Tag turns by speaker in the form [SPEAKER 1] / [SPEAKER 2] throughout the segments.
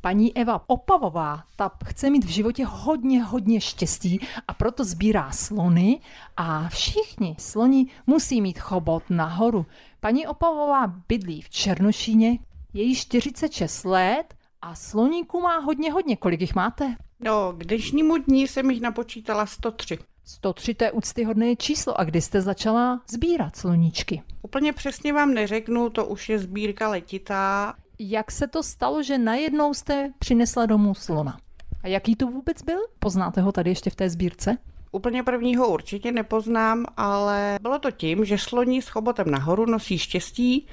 [SPEAKER 1] Paní Eva Opavová, ta chce mít v životě hodně, hodně štěstí a proto sbírá slony a všichni sloni musí mít chobot nahoru. Paní Opavová bydlí v Černošíně, je jí 46 let a sloníků má hodně, hodně. Kolik jich máte?
[SPEAKER 2] No, k dnešnímu dní jsem jich napočítala 103.
[SPEAKER 1] 103 to je úctyhodné číslo a kdy jste začala sbírat sloníčky?
[SPEAKER 2] Úplně přesně vám neřeknu, to už je sbírka letitá.
[SPEAKER 1] Jak se to stalo, že najednou jste přinesla domů slona? A jaký to vůbec byl? Poznáte ho tady ještě v té sbírce?
[SPEAKER 2] Úplně prvního určitě nepoznám, ale bylo to tím, že sloní s chobotem nahoru nosí štěstí,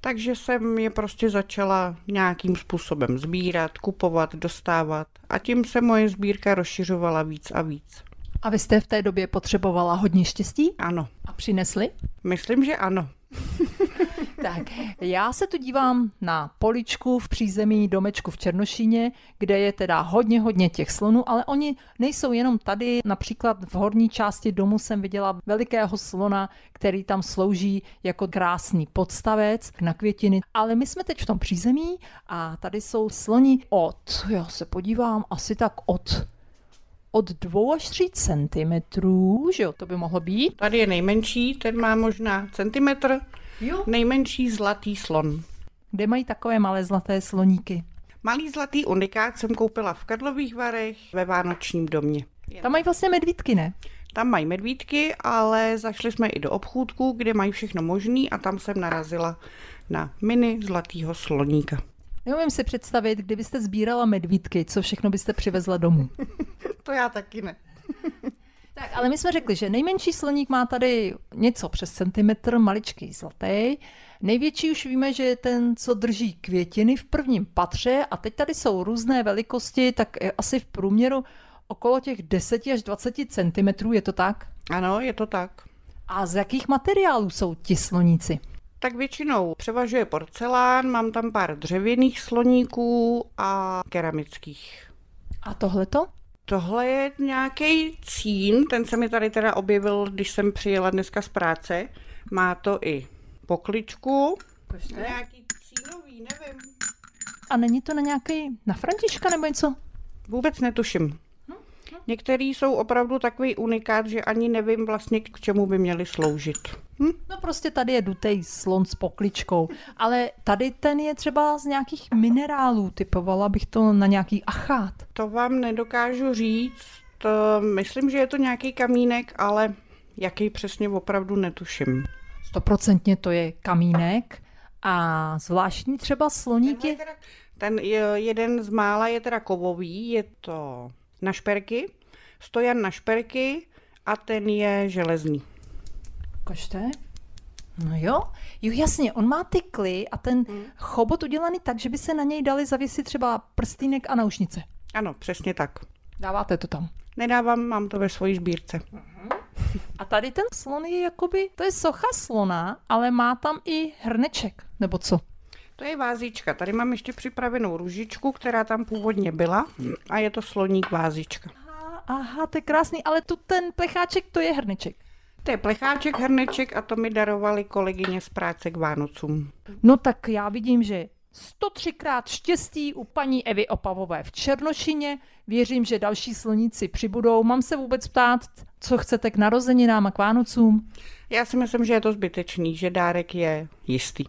[SPEAKER 2] takže jsem je prostě začala nějakým způsobem sbírat, kupovat, dostávat a tím se moje sbírka rozšiřovala víc a víc.
[SPEAKER 1] A vy jste v té době potřebovala hodně štěstí
[SPEAKER 2] Ano,
[SPEAKER 1] a přinesli?
[SPEAKER 2] myslím, že ano.
[SPEAKER 1] Tak, já se tu dívám na poličku v přízemí domečku v Černošíně, kde je teda hodně, hodně těch slonů, ale oni nejsou jenom tady. Například v horní části domu jsem viděla velikého slona, který tam slouží jako krásný podstavec na květiny. Ale my jsme teď v tom přízemí a tady jsou sloni od, já se podívám, asi tak od od 2 až 3 centimetrů, že jo, to by mohlo být.
[SPEAKER 2] Tady je nejmenší, ten má možná centimetr,
[SPEAKER 1] Jo.
[SPEAKER 2] nejmenší zlatý slon.
[SPEAKER 1] Kde mají takové malé zlaté sloníky?
[SPEAKER 2] Malý zlatý unikát jsem koupila v Karlových Varech ve Vánočním domě.
[SPEAKER 1] Tam mají vlastně medvídky, ne?
[SPEAKER 2] Tam mají medvídky, ale zašli jsme i do obchůdku, kde mají všechno možný a tam jsem narazila na mini zlatýho sloníka.
[SPEAKER 1] Neumím si představit, kdybyste sbírala medvídky, co všechno byste přivezla domů.
[SPEAKER 2] To já taky ne.
[SPEAKER 1] Tak, ale my jsme řekli, že nejmenší sloník má tady něco přes centimetr, maličký zlatý. Největší už víme, že je ten, co drží květiny v prvním patře a teď tady jsou různé velikosti, tak eh, asi v průměru okolo těch 10 až 20 centimetrů, je to tak?
[SPEAKER 2] Ano, je to tak.
[SPEAKER 1] A z jakých materiálů jsou ti sloníci?
[SPEAKER 2] Tak většinou převažuje porcelán, mám tam pár dřevěných sloníků a keramických.
[SPEAKER 1] A tohleto?
[SPEAKER 2] Tohle je nějaký cín, ten se mi tady teda objevil, když jsem přijela dneska z práce. Má to i pokličku. Nějaký cínový, nevím.
[SPEAKER 1] A není to na nějaký, na Františka nebo něco?
[SPEAKER 2] Vůbec netuším. Některý jsou opravdu takový unikát, že ani nevím vlastně, k čemu by měli sloužit. Hm?
[SPEAKER 1] No prostě tady je dutej slon s pokličkou, ale tady ten je třeba z nějakých minerálů, typovala bych to na nějaký achát.
[SPEAKER 2] To vám nedokážu říct. To, myslím, že je to nějaký kamínek, ale jaký přesně opravdu netuším.
[SPEAKER 1] Stoprocentně to je kamínek a zvláštní třeba sloník je...
[SPEAKER 2] Ten je, jeden z mála je teda kovový, je to na šperky, stojan na šperky a ten je železný.
[SPEAKER 1] Ukažte. No jo, jo jasně, on má ty kly a ten chobot udělaný tak, že by se na něj dali zavěsit třeba prstýnek a naušnice.
[SPEAKER 2] Ano, přesně tak.
[SPEAKER 1] Dáváte to tam.
[SPEAKER 2] Nedávám, mám to ve svojí sbírce.
[SPEAKER 1] A tady ten slon je jakoby, to je socha slona, ale má tam i hrneček, nebo co?
[SPEAKER 2] To je vázička. Tady mám ještě připravenou růžičku, která tam původně byla a je to sloník vázička.
[SPEAKER 1] Aha, Aha, to je krásný, ale tu ten plecháček, to je hrneček.
[SPEAKER 2] To je plecháček, hrneček a to mi darovali kolegyně z práce k Vánocům.
[SPEAKER 1] No tak já vidím, že 103 krát štěstí u paní Evy Opavové v Černošině. Věřím, že další slníci přibudou. Mám se vůbec ptát, co chcete k narozeninám a k Vánocům?
[SPEAKER 2] Já si myslím, že je to zbytečný, že dárek je jistý.